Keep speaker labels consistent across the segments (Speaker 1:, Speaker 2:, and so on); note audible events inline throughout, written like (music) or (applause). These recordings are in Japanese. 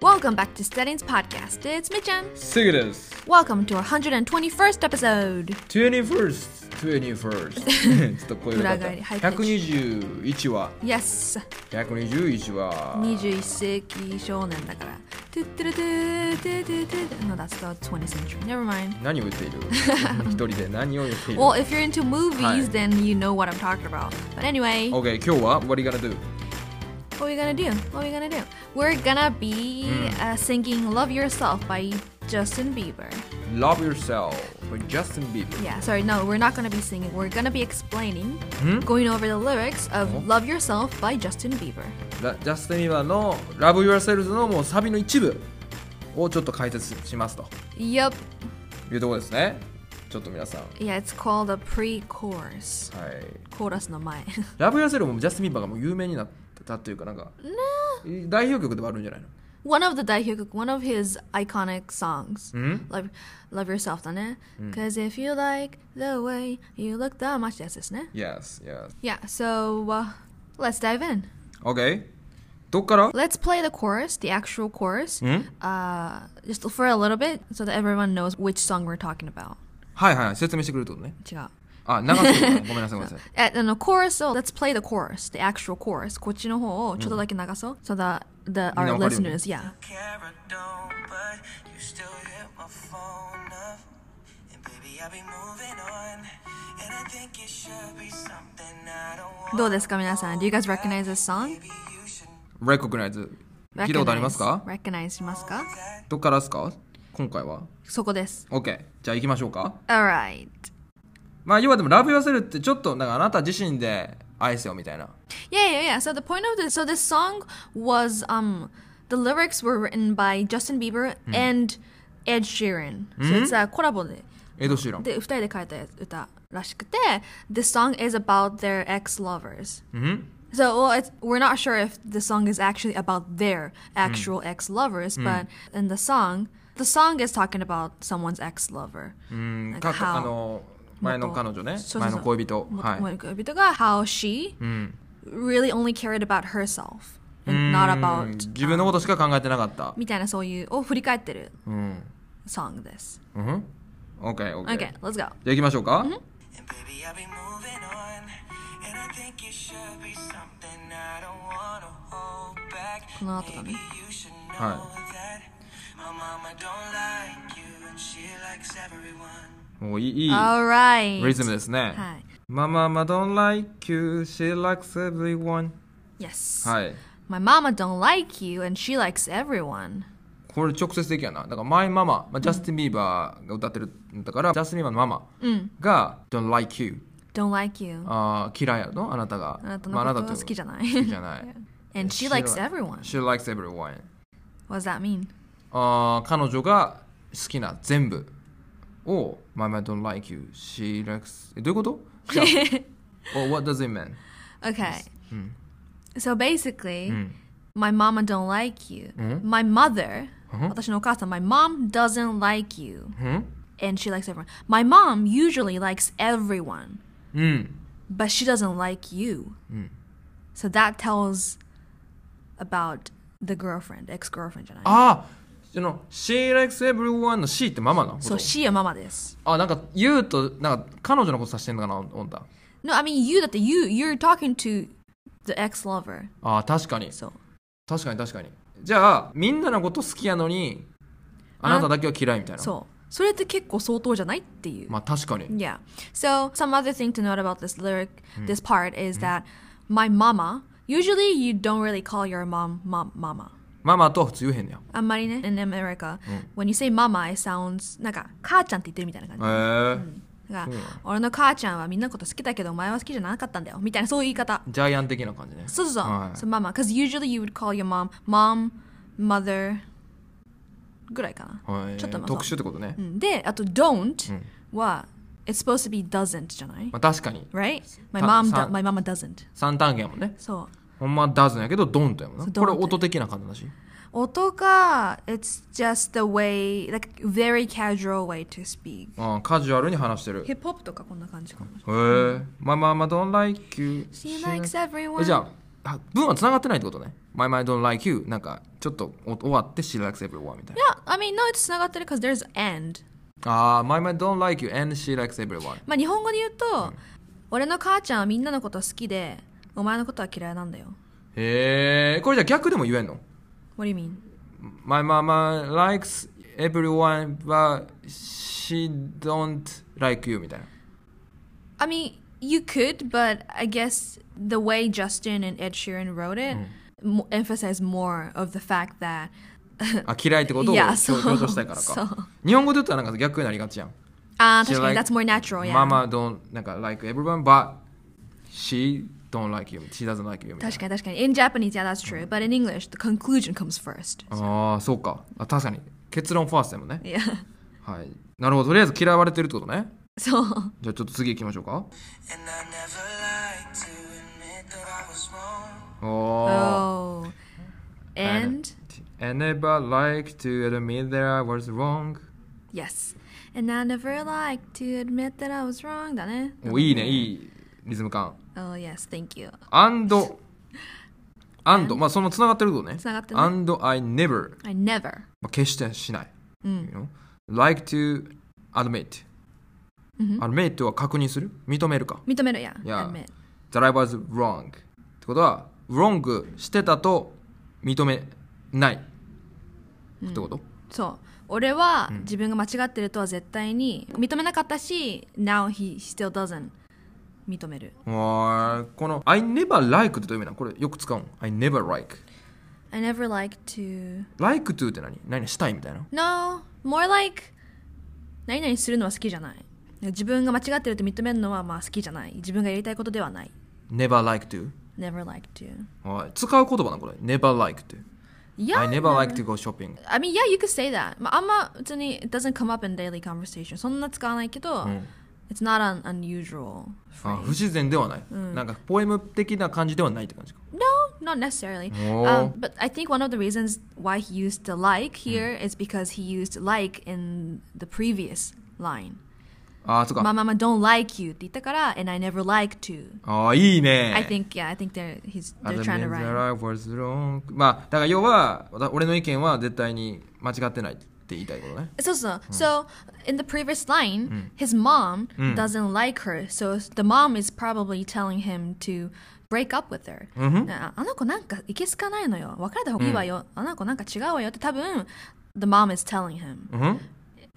Speaker 1: Welcome back to Studying's podcast. It's Michan.
Speaker 2: すぐです。
Speaker 1: Welcome to our 121st episode.
Speaker 2: 21st、21st。ちょっ
Speaker 1: (laughs)
Speaker 2: と声が
Speaker 1: 裏返りハイピッチ
Speaker 2: 121話。
Speaker 1: Yes.
Speaker 2: 121話。
Speaker 1: 21世紀少年だから。トゥットゥルトゥトゥトゥトゥ No, that's the 20th century. Never mind.
Speaker 2: 何を言って
Speaker 1: (laughs)
Speaker 2: いる一人で何を言っている
Speaker 1: Well, if you're into movies,
Speaker 2: はい
Speaker 1: then you know what I'm talking about. But anyway,
Speaker 2: ?OK、今日は What are you gonna do?
Speaker 1: what are we gonna do? What are we gonna do? We're gonna be
Speaker 2: Hmm.
Speaker 1: uh, singing Love Yourself by Justin Bieber.
Speaker 2: Love Yourself by Justin Bieber.
Speaker 1: Yeah, sorry, no, we're not gonna be singing. We're gonna be explaining,
Speaker 2: Hmm?
Speaker 1: going over the lyrics of
Speaker 2: Oh.
Speaker 1: Love Yourself by Justin Bieber.
Speaker 2: ラ Justin Bieber の Love Yourself のもうサビの一部をちょっと解説しますと
Speaker 1: Yup.
Speaker 2: いうところですね。ちょっと皆さん。は
Speaker 1: Yeah, it's called a pre-chorus.
Speaker 2: い。
Speaker 1: Chorus の (laughs) 前。
Speaker 2: Love Yourself もジャスティン・ビーバーがもう有名になったっていうかなんか代表曲ではあるんじゃないの
Speaker 1: one of the 代表曲 one of his iconic songs.
Speaker 2: ん
Speaker 1: Love, love yourself だね。Cause if you like the way you look that much ってやつですね。
Speaker 2: Yes, yes.
Speaker 1: Yeah, so、uh, let's dive in.
Speaker 2: Okay. どっから
Speaker 1: Let's play the chorus, the actual chorus, uh, just for a little bit so that everyone knows which song we're talking about.
Speaker 2: はいはい、説明してくれるってことね。
Speaker 1: 違う。
Speaker 2: あ、長くてごめんな (laughs) さい、ごめんなさい。
Speaker 1: えあの、コーラスを、let's play the chorus, the actual chorus. こっちの方をちょっとだけ流そう。so that the,
Speaker 2: みん
Speaker 1: our
Speaker 2: なわかるよ
Speaker 1: listeners,
Speaker 2: ね
Speaker 1: yeah.
Speaker 3: care I don't, but you still hit my phone up. And baby, I'll be moving on. And I think it should be something I don't want.
Speaker 1: どうですか皆さん Do you guys recognize this song?
Speaker 3: Maybe you should
Speaker 2: Recognize。聞いたことありますか
Speaker 1: Recognize recognize しますか
Speaker 2: どっからですか今回は。
Speaker 1: そこです。
Speaker 2: OK。じゃあ行きましょうか。
Speaker 1: Alright.
Speaker 2: まあ、要はでも、ラブ寄せるってちょっと、なんかあなた自身で愛せよみたいな。
Speaker 1: Yeah, yeah, yeah. So the point of this, so this song was, um, the lyrics were written by Justin Bieber
Speaker 2: Hmm.
Speaker 1: and Ed Sheeran. So it's a コラボで。
Speaker 2: エド・シーラン。
Speaker 1: で、二人で書いた歌らしくて、This song is about their ex-lovers.
Speaker 2: Mm-hmm.
Speaker 1: So, well, it's, we're not sure if the song is actually about their
Speaker 2: Mm.
Speaker 1: actual ex-lovers, but in the song, the song is talking about someone's ex-lover.
Speaker 2: うん、
Speaker 1: なん
Speaker 2: か
Speaker 1: か、how-
Speaker 2: あの、前の彼女ね
Speaker 1: そう。そうそう
Speaker 2: 前の恋人。はい。Mm.
Speaker 1: 元恋人が how she really only cared about herself and not
Speaker 2: う
Speaker 1: about um,
Speaker 2: ん自分のことしか考えてなかった。うん。
Speaker 1: song です。
Speaker 2: うん。OK、OK。じ
Speaker 1: Okay,
Speaker 2: ゃ
Speaker 1: let's go.
Speaker 2: あ行きましょうか。
Speaker 3: And baby, I'll be moving on. And I think it should be something I don't want to hold back.
Speaker 1: この後だね
Speaker 3: Maybe you should know that my mama don't like you and she likes everyone.
Speaker 2: もういい、いい
Speaker 1: Alright.
Speaker 2: リズムですね。
Speaker 1: はい。
Speaker 2: ママ、マ don't like you, she likes everyone.
Speaker 1: Yes.
Speaker 2: はい。
Speaker 1: My mama don't like you and she likes everyone.
Speaker 2: これ直接的やな。だから、マイママ、まあ、ジャスティン・ビーバーが歌ってるんだから、ジャスティン・ビーバーのママが、don't like you。
Speaker 1: Don't like you. Ah,
Speaker 2: あー嫌いやろあなたが。
Speaker 1: あなた
Speaker 2: ま
Speaker 1: のこと好きじゃない。
Speaker 2: 好きじゃ
Speaker 1: (laughs)
Speaker 2: ない。
Speaker 1: and she likes everyone.
Speaker 2: She likes everyone.
Speaker 1: What does that mean? (laughs)
Speaker 2: あー彼女が好きな全部を、ママ don't like you, she likes... えどういうことじゃあ
Speaker 1: (laughs)
Speaker 2: oh, What does it mean?
Speaker 1: Okay. So basically,
Speaker 2: ん
Speaker 1: my mama don't like you. My mother, 私のお母さん my mom doesn't like you.
Speaker 2: ん
Speaker 1: And she likes everyone. My mom usually likes everyone,
Speaker 2: うん。
Speaker 1: but she doesn't like you. So that tells about the girlfriend, ex-girlfriend じゃない。
Speaker 2: ああその She likes everyone の She ってママなの
Speaker 1: So she はママです。
Speaker 2: あなんか You となんか彼女のこと指してんのかな思った
Speaker 1: No, I mean you だって you you're talking to the ex-lover.
Speaker 2: ああ確かに
Speaker 1: So
Speaker 2: 確かに確かにじゃあみんなのこと好きやのにあなただけは嫌いみたいな
Speaker 1: そう。それって結構相当じゃないっていう。
Speaker 2: まあ確かに
Speaker 1: Yeah. So some other thing to note about this lyric, this part is that my mama. Usually, you don't really call your mom mom mama.
Speaker 2: ママとは普通言えへんねや
Speaker 1: あんまりね in America, when you say mama, it sounds
Speaker 2: Oh,
Speaker 1: なんか母ちゃんって言ってるみたいな感じ。
Speaker 2: へえ
Speaker 1: なんか俺の母ちゃんはみんなのこと好きだけどお前は好きじゃなかったんだよみたいなそういう言い方。
Speaker 2: ジャイアン的な感じね
Speaker 1: そうそうそう。
Speaker 2: はい
Speaker 1: So mama, because usually you would call your mom mom, mother ぐらいかな。
Speaker 2: はい
Speaker 1: ちょっとまあ
Speaker 2: 特殊ってことね、
Speaker 1: で、あと don't は、it's supposed to be doesn't じゃない
Speaker 2: まあ確かに
Speaker 1: Right? My
Speaker 2: た
Speaker 1: mom,
Speaker 2: さ
Speaker 1: do- my mama doesn't.
Speaker 2: 三単元やもんね
Speaker 1: そう。
Speaker 2: ほんまは doesn't やけど don't やもんな
Speaker 1: そう
Speaker 2: これ
Speaker 1: don't
Speaker 2: 音的な感じだし
Speaker 1: 音が、it's just the way, like very casual way to speak.
Speaker 2: あーカジュアルに話してる
Speaker 1: ヒップホップとかこんな感じかも。
Speaker 2: へえ。まあまあまあ、don't like you.
Speaker 1: She likes everyone.
Speaker 2: えじゃあ、あ文は繋がってないってことね My mind don't like you なんかちょっとお終わって She likes everyone みたいな
Speaker 1: Yeah, I mean, no, it's つながってる because there's and.
Speaker 2: ああ My mind don't like you and she likes everyone
Speaker 1: まあ日本語で言うと、俺の母ちゃんはみんなのこと好きで、お前のことは嫌いなんだよ。
Speaker 2: へえこれじゃあ逆でも言えんの
Speaker 1: What do you mean?
Speaker 2: My mama likes everyone but she don't like you みたいな
Speaker 1: I mean, you could, but I guess the way Justin and Ed Sheeran wrote it
Speaker 2: Mm.
Speaker 1: mo- emphasized more of the fact that.
Speaker 2: あ嫌いってことを
Speaker 1: い
Speaker 2: 強
Speaker 1: やそう
Speaker 2: 強調したいから
Speaker 1: そ
Speaker 2: か
Speaker 1: う
Speaker 2: 日本語で言ったらなんか逆になりがちやん
Speaker 1: Ah,
Speaker 2: She
Speaker 1: uh,
Speaker 2: like-
Speaker 1: that's more natural, yeah.
Speaker 2: Mama don't なんか like everyone but she don't like you she doesn't like you みたいな
Speaker 1: 確かに確かに。In Japanese, yeah, that's true. But in English, the conclusion comes first.
Speaker 2: ああそうかあ確かに結論ファーストやもんね
Speaker 1: (laughs) Yeah.
Speaker 2: はいなるほどとりあえず嫌われてるってことね
Speaker 1: So,
Speaker 2: じゃあちょっと次行きましょうか
Speaker 3: And I never like to admit that I was
Speaker 2: お
Speaker 3: wrong.
Speaker 2: お
Speaker 1: oh. And?
Speaker 2: I never like to admit that I was wrong
Speaker 1: Yes. And I never like to admit that I was wrong, だね。
Speaker 2: おいいねいいリズム感
Speaker 1: Oh, yes, thank you.
Speaker 2: and and まあそのつながってることね
Speaker 1: 繋がってるね
Speaker 2: and I never
Speaker 1: I never.
Speaker 2: まあ、決してしない。You know? like to admit、admit は確認する認めるか。
Speaker 1: 認めるやん。
Speaker 2: Yeah.
Speaker 1: admit.
Speaker 2: that I was wrong ってことは wrong してたと認めない、ってこと
Speaker 1: そう俺は自分が間違ってるとは絶対に認めなかったし、now he still doesn't 認める
Speaker 2: わーこの I never like ってどういう意味なのこれよく使うん I never like
Speaker 1: I never like to
Speaker 2: like to って何何したいみたいな
Speaker 1: no more like 何々するのは好きじゃない自分が間違ってると認めるのはまあ好きじゃない自分がやりたいことではない
Speaker 2: never like to
Speaker 1: never like to
Speaker 2: わー使う言葉なのこれ never like to
Speaker 1: yeah
Speaker 2: I never like to go shopping
Speaker 1: I mean yeah you could say that まああんま別に it doesn't come up in daily conversation そんな使わないけど、it's not an unusual
Speaker 2: あ
Speaker 1: phrase
Speaker 2: 不自然ではない、なんかポエム的な感じではないって感じか
Speaker 1: No, not necessarily.
Speaker 2: Oh.
Speaker 1: Um, but I think one of the reasons why he used the like here is because he used like in the previous line.
Speaker 2: ああそうか
Speaker 1: My mama don't like you って言ったから and I never like to.
Speaker 2: ああ、いいね。
Speaker 1: I think yeah, I think they're he's
Speaker 2: I
Speaker 1: they're trying to
Speaker 2: mean that
Speaker 1: rhyme.
Speaker 2: I was wrong. まあ、だから要は、わ俺の意見は絶対に間違ってないって言いたいことね。
Speaker 1: So so so in the previous line, his mom doesn't like her. So the mom is probably telling him to break up with her.
Speaker 2: Mm-hmm.
Speaker 1: ああの子なんかいけすかないのよ。別れた方がいいわよ。あの子なんか違うわよって多分 the mom is telling him.
Speaker 2: うん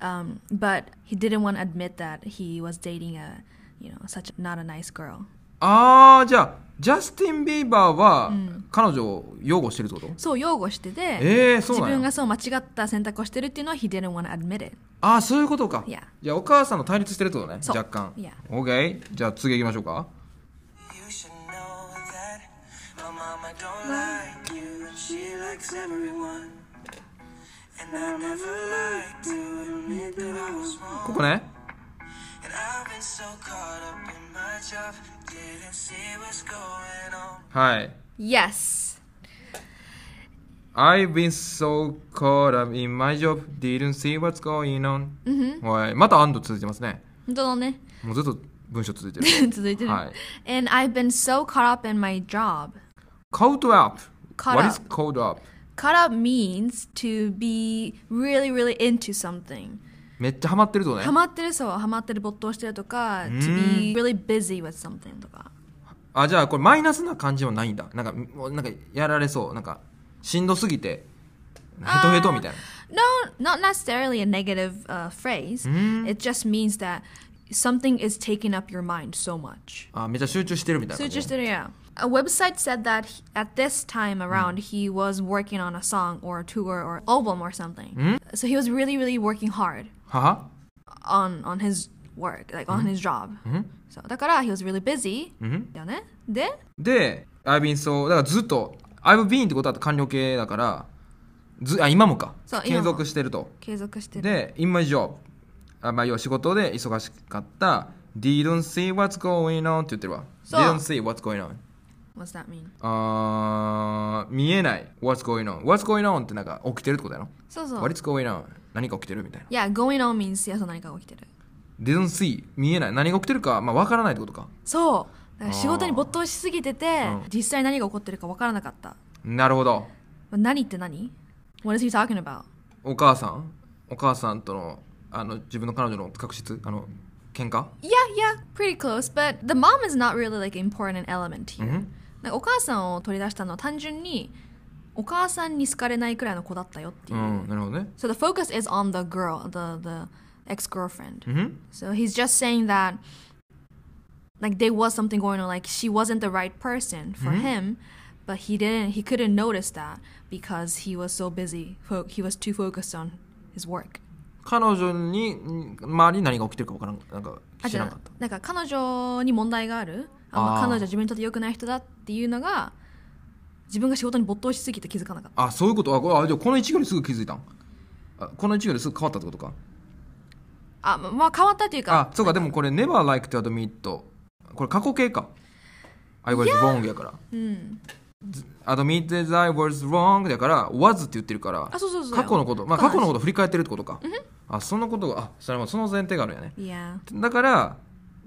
Speaker 1: um, but he didn't want to admit that he was dating a you know such not a nice girl
Speaker 2: ああ、じゃあ、ジャスティン・ビーバーは、彼女を擁護してるってこと
Speaker 1: そう擁護してて、
Speaker 2: えーそう
Speaker 1: 自
Speaker 2: なんや
Speaker 1: 分がそう間違った選択をしてるっていうのは he didn't want to admit it
Speaker 2: ああ、そういうことか。
Speaker 1: Yeah
Speaker 2: じゃあ、お母さんの対立してるってことね。
Speaker 1: そう
Speaker 2: 若干。
Speaker 1: Yeah
Speaker 2: OK? じゃあ、次行きましょうか。
Speaker 3: You should know that my mama don't like you and she likes everyone. And I never like to admit that I was
Speaker 2: こ
Speaker 3: wrong.
Speaker 2: こね。
Speaker 3: And I've been so caught up in my job, didn't see what's going on.
Speaker 2: はい。
Speaker 1: yes
Speaker 2: I've been so caught up in my job, didn't see what's going on. はい。また and 続いてますね。
Speaker 1: 本当だね
Speaker 2: もうずっと文章続
Speaker 1: (laughs)
Speaker 2: いてる。
Speaker 1: 続いてる、
Speaker 2: はい
Speaker 1: and I've been so caught up in my job
Speaker 2: Caught up.
Speaker 1: Caught
Speaker 2: What
Speaker 1: up.
Speaker 2: is caught up?
Speaker 1: caught up means to be really really into something
Speaker 2: めっちゃハマってるとね
Speaker 1: ハ。マってるそうハマってる没頭してるとか to be really busy with something とか
Speaker 2: あ、じゃあこれマイナスな感じはないんだ。なんか、もうなんかやられそう。なんか、しんどすぎて、ヘトヘトみたいな。
Speaker 1: No, not necessarily a negative uh, phrase. It just means that something is taking up your mind so much.
Speaker 2: あ、めっちゃ集中してるみたいな
Speaker 1: So
Speaker 2: 感
Speaker 1: it
Speaker 2: じね。
Speaker 1: just yeah. Mm. A website said that he- at this time around he was working on a song or a tour or album or something. So he was really really working hard
Speaker 2: はは
Speaker 1: on on his work, like on his job. So だから he was really busy. だよね。で、
Speaker 2: で、I've been so, だからずっと、I've been ってことは完了形だから、ず、あ、今もか
Speaker 1: そう。今
Speaker 2: 継
Speaker 1: も
Speaker 2: 続してると。
Speaker 1: 継続してる。
Speaker 2: で、in my job。あ、まあ、要は仕事で忙しかった。didn't see what's going on って言ってるわ。
Speaker 1: そう
Speaker 2: didn't see what's going on。
Speaker 1: What's that mean?
Speaker 2: あー見えない What's going on What's going on ってなんか起きてるってことやろ
Speaker 1: そうそう。
Speaker 2: What's going on 何が起きてるみたいな
Speaker 1: Yeah, going on means いやそう何かが起きてる。
Speaker 2: Didn't see 見えない何が起きてるかまあわからないってことか
Speaker 1: そうだから仕事に没頭しすぎてて、
Speaker 2: うん
Speaker 1: 実際何が起こってるか分からなかった
Speaker 2: なるほど
Speaker 1: 何って何 ?What is he talking about?
Speaker 2: お母さんお母さんとのあの自分の彼女の確執あの喧嘩
Speaker 1: Yeah, yeah, pretty close, but the mom is not really like an important element here. なんかお母さんを取り出したのは単純にお母さんに好かれないくらいの子だったよっていうう。
Speaker 2: んなるほどね
Speaker 1: So the focus is on the girl, the the ex girlfriend.
Speaker 2: Mm-hmm.
Speaker 1: So he's just saying that like there was something going on, like she wasn't the right person
Speaker 2: Mm-hmm.
Speaker 1: for him, but he didn't he couldn't notice that because he was so busy. Fo- he was too focused on his work.
Speaker 2: 彼女にん周りに何が起きてるか分からんなんか
Speaker 1: あ
Speaker 2: 知
Speaker 1: じ
Speaker 2: ら
Speaker 1: ゃ
Speaker 2: なか
Speaker 1: あ
Speaker 2: った
Speaker 1: なんか彼女に問題があるあまあ
Speaker 2: あー
Speaker 1: 彼女は自分にとって良くない人だっていうのが自分が仕事に没頭しすぎて気づかなかった
Speaker 2: あそういうことあこれあじゃあこの一行ですぐ気づいたんあこの一行ですぐ変わったってことか
Speaker 1: あままあ変わったという
Speaker 2: あ
Speaker 1: か
Speaker 2: そうかでもこれ never liked to admit これ過去形か I was wrong やから
Speaker 1: うん
Speaker 2: admit that I was wrong だから was って言ってるから
Speaker 1: あそうそうそう
Speaker 2: 過去のことまあ
Speaker 1: そう
Speaker 2: 過
Speaker 1: なんです
Speaker 2: 去のことを振り返ってるってことかあそのことがあそれもその前提があるんやね
Speaker 1: Yeah
Speaker 2: だから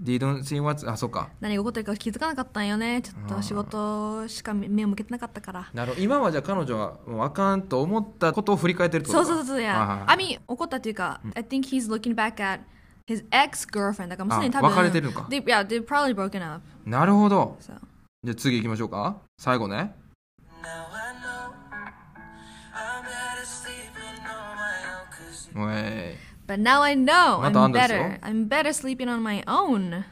Speaker 2: didn't see what's あそうか
Speaker 1: 何が起こってるか気づかなかったんよねちょっと仕事しか目を向けてなかったから
Speaker 2: なるほど今はじゃあ彼女はもうあかんと思ったことを振り返ってるってこ
Speaker 1: そ
Speaker 2: と
Speaker 1: うそ
Speaker 2: か
Speaker 1: うそういや
Speaker 2: あ
Speaker 1: あみ怒ったというか I think he's looking back at his ex girlfriend だからもうすでに多
Speaker 2: あ
Speaker 1: 分
Speaker 2: 別れてるのか
Speaker 1: they, Yeah they probably broken up
Speaker 2: なるほど
Speaker 1: so
Speaker 2: じゃあ次行きましょうか最後ね
Speaker 3: Now I know I'm better sleeping on my own, cause you
Speaker 2: うえ
Speaker 1: But now I know
Speaker 2: またあ
Speaker 1: I'm
Speaker 2: んですよ
Speaker 1: better I'm better sleeping on my own
Speaker 2: い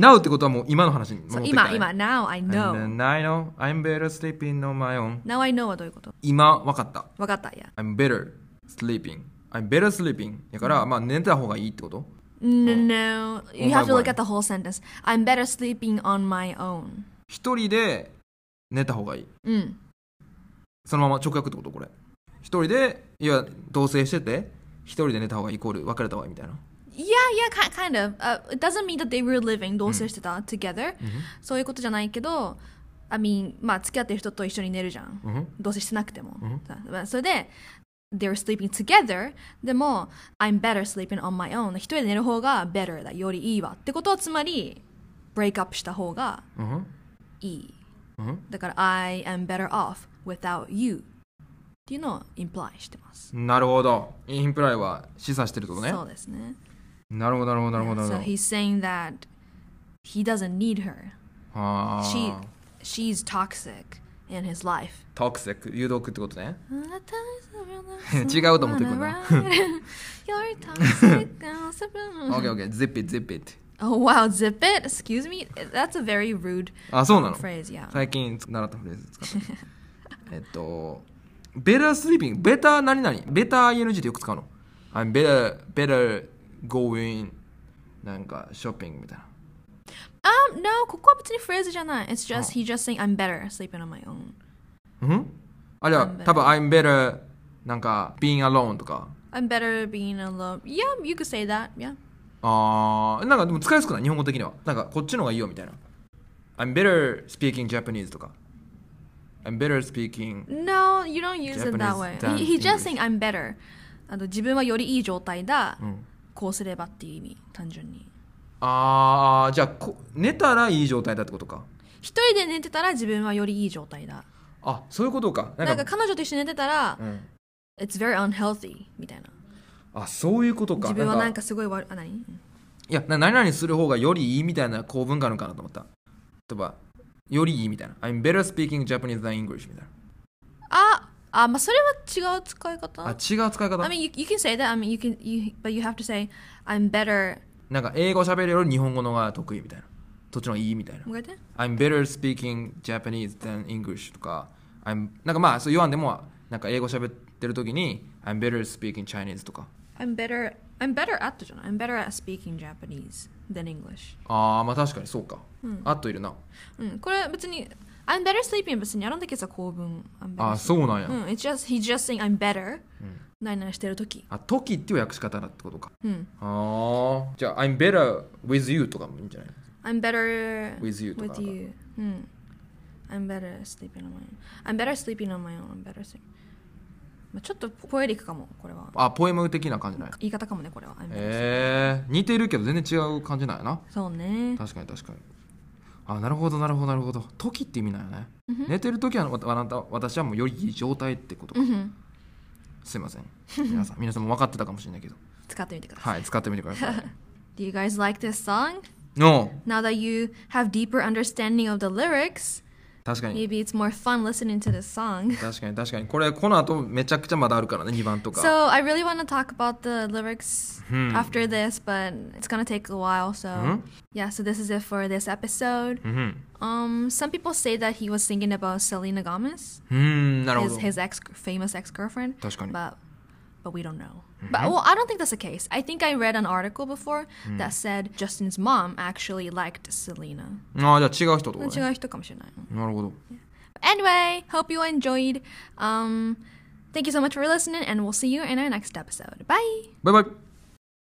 Speaker 2: Now ってことはもう今の話に戻
Speaker 1: そ
Speaker 2: っ
Speaker 1: う
Speaker 2: てきた、
Speaker 1: 今
Speaker 2: ね、
Speaker 1: 今 Now I know
Speaker 2: And then I know I'm better sleeping on my own
Speaker 1: Now I know はどういうこと
Speaker 2: 今わかった
Speaker 1: わかった、いや。
Speaker 2: I'm better sleeping I'm better sleeping だから、まあ寝た方がいいってこと
Speaker 1: No, no. You
Speaker 2: お
Speaker 1: have
Speaker 2: 前
Speaker 1: to look at the whole sentence. I'm better sleeping on my own.
Speaker 2: 一人で寝た方がいい
Speaker 1: うん。
Speaker 2: そのまま直訳ってことこれ一人でいや同棲してて一人で寝た方がイコール別れた方がいいみたいな
Speaker 1: Yeah, yeah, ki- kind of.、Uh, it doesn't mean that they were living 同棲してた、together、そういうことじゃないけど、I mean, まあ付き合ってる人と一緒に寝るじゃん。
Speaker 2: ん
Speaker 1: 同棲してなくても。まあそれで、they were sleeping together でも、I'm better sleeping on my own. 一人で寝る方が better だ、よりいいわ。ってことはつまり、break up した方が
Speaker 2: うん
Speaker 1: いい。
Speaker 2: うん
Speaker 1: だから I am better off without you っていうのをインプライしてます。
Speaker 2: なるほどインプライは示唆してるってことね
Speaker 1: そうですね。
Speaker 2: なるほどなるほどなるほどなる
Speaker 1: So
Speaker 2: ほど
Speaker 1: he's saying that he doesn't need her.
Speaker 2: あ
Speaker 1: She
Speaker 2: あ
Speaker 1: she's toxic in his life.
Speaker 2: トクセック誘導ってことね
Speaker 1: (laughs) 違
Speaker 2: うと思ってくんな (laughs)
Speaker 1: You're toxic. I'm so-
Speaker 2: OKOK zip it zip it
Speaker 1: oh wow, zip it. Excuse me. That's a very rude
Speaker 2: あそうなの
Speaker 1: phrase. Yeah.
Speaker 2: 最近習ったフレーズ使ってえっとベタスリーピングベタ何々ベタ ING ってよく使うの I'm better better going なんかショッピングみたいな
Speaker 1: Um, no, ここは別にフレーズじゃない。It's
Speaker 2: Oh.
Speaker 1: just he just saying I'm better sleeping on my own.
Speaker 2: うんあじゃあ
Speaker 1: I'm better
Speaker 2: 多分 I'm better なんか being alone とか
Speaker 1: I'm better being alone. Yeah, you could say that. Yeah.
Speaker 2: あーなんかでも使いやすくない日本語的にはなんかこっちの方がいいよみたいな I'm better speaking Japanese とか I'm better speaking
Speaker 1: No, you don't use it that
Speaker 2: Japanese
Speaker 1: way.
Speaker 2: than
Speaker 1: He, he just
Speaker 2: English.
Speaker 1: saying I'm better. あの自分はよりいい状態だ。こうすればっていう意味、単純に。
Speaker 2: ああじゃあこ寝たらいい状態だってことか
Speaker 1: 一人で寝てたら自分はよりいい状態だ。
Speaker 2: あそういうことか
Speaker 1: なんか彼女と一緒に寝てたら、
Speaker 2: うん
Speaker 1: It's very unhealthy みたいな。
Speaker 2: あそういうことか
Speaker 1: 自分はなんかすごい悪あ何
Speaker 2: いやな何々する方がよりいいみたいな構文があるのかなと思った例えばよりいいみたいな I'm better speaking Japanese than English みたいな
Speaker 1: あ、あ、まあそれは違う使い方。
Speaker 2: あ違う
Speaker 1: I
Speaker 2: 使い方
Speaker 1: mean, you, you can say that. I mean, you can, you, but you have to say I'm better.
Speaker 2: なんか英語喋るより日本語の方が得意みたいなどっちの方がいいみたいな
Speaker 1: もう一回言って
Speaker 2: I'm better speaking Japanese than English とか I'm なんかまあそう言わんでもなんか英語喋ってる時に I'm better speaking Chinese とか
Speaker 1: I'm better. I'm better at じゃない I'm better at speaking Japanese than English.
Speaker 2: ああまあ確かにそうか、あっといるな
Speaker 1: うん、これ別に I'm better sleeping 別に I don't think it's a 構文 I'm better
Speaker 2: あ
Speaker 1: sleeping.
Speaker 2: そうなんや、
Speaker 1: うん、it's just he's just saying I'm better、何々してる時
Speaker 2: あ時っていう訳し方だってことか、
Speaker 1: ん
Speaker 2: ああじゃあ I'm better with you とかもいいんじゃない
Speaker 1: I'm better
Speaker 2: With you とか
Speaker 1: with you うん I'm better sleeping on my own I'm better sleeping on my own I'm better sleeping まあちょっとポエリックかもこれは
Speaker 2: あポエム的な感じない
Speaker 1: 言い方かもねこれ
Speaker 2: Eh.
Speaker 1: は I'm better
Speaker 2: えー、似てるけど全然違う感じなんやな
Speaker 1: sleeping そうね
Speaker 2: 確かに確かにああなるほどなるほどなるほど時って意味なのね、寝てる時はわたあなた私はもうよりいい状態ってことか、すいません皆さん (laughs) 皆さんも分かってたかもしれないけど
Speaker 1: 使ってみてください。
Speaker 2: はい使ってみてください
Speaker 1: Do you guys like this song?
Speaker 2: No
Speaker 1: Now that you have deeper understanding of the lyrics,
Speaker 2: 確かに
Speaker 1: maybe it's more fun listening to this
Speaker 2: (laughs)
Speaker 1: song.
Speaker 2: 確かに確かにこれこの後めちゃくちゃまだあるからね2番とか
Speaker 1: So I really want to talk about the lyrics
Speaker 2: Hmm.
Speaker 1: after this, but it's gonna take a while. So
Speaker 2: Mm-hmm.
Speaker 1: yeah, so this is it for this episode. Um, some people say that he was singing about Selena Gomez,
Speaker 2: うーんなるほ
Speaker 1: his
Speaker 2: ど
Speaker 1: his ex famous ex girlfriend.
Speaker 2: 確かに。
Speaker 1: But but we don't know. But well, I don't think that's the case. I think I read an article before that said Justin's mom actually liked Selena.
Speaker 2: ああじゃあ違う人ってことね
Speaker 1: 違う人かもしれない。
Speaker 2: なるほど
Speaker 1: Anyway, hope you enjoyed. Um, thank you so much for listening, and we'll see you in our next episode. Bye.
Speaker 2: バイバイ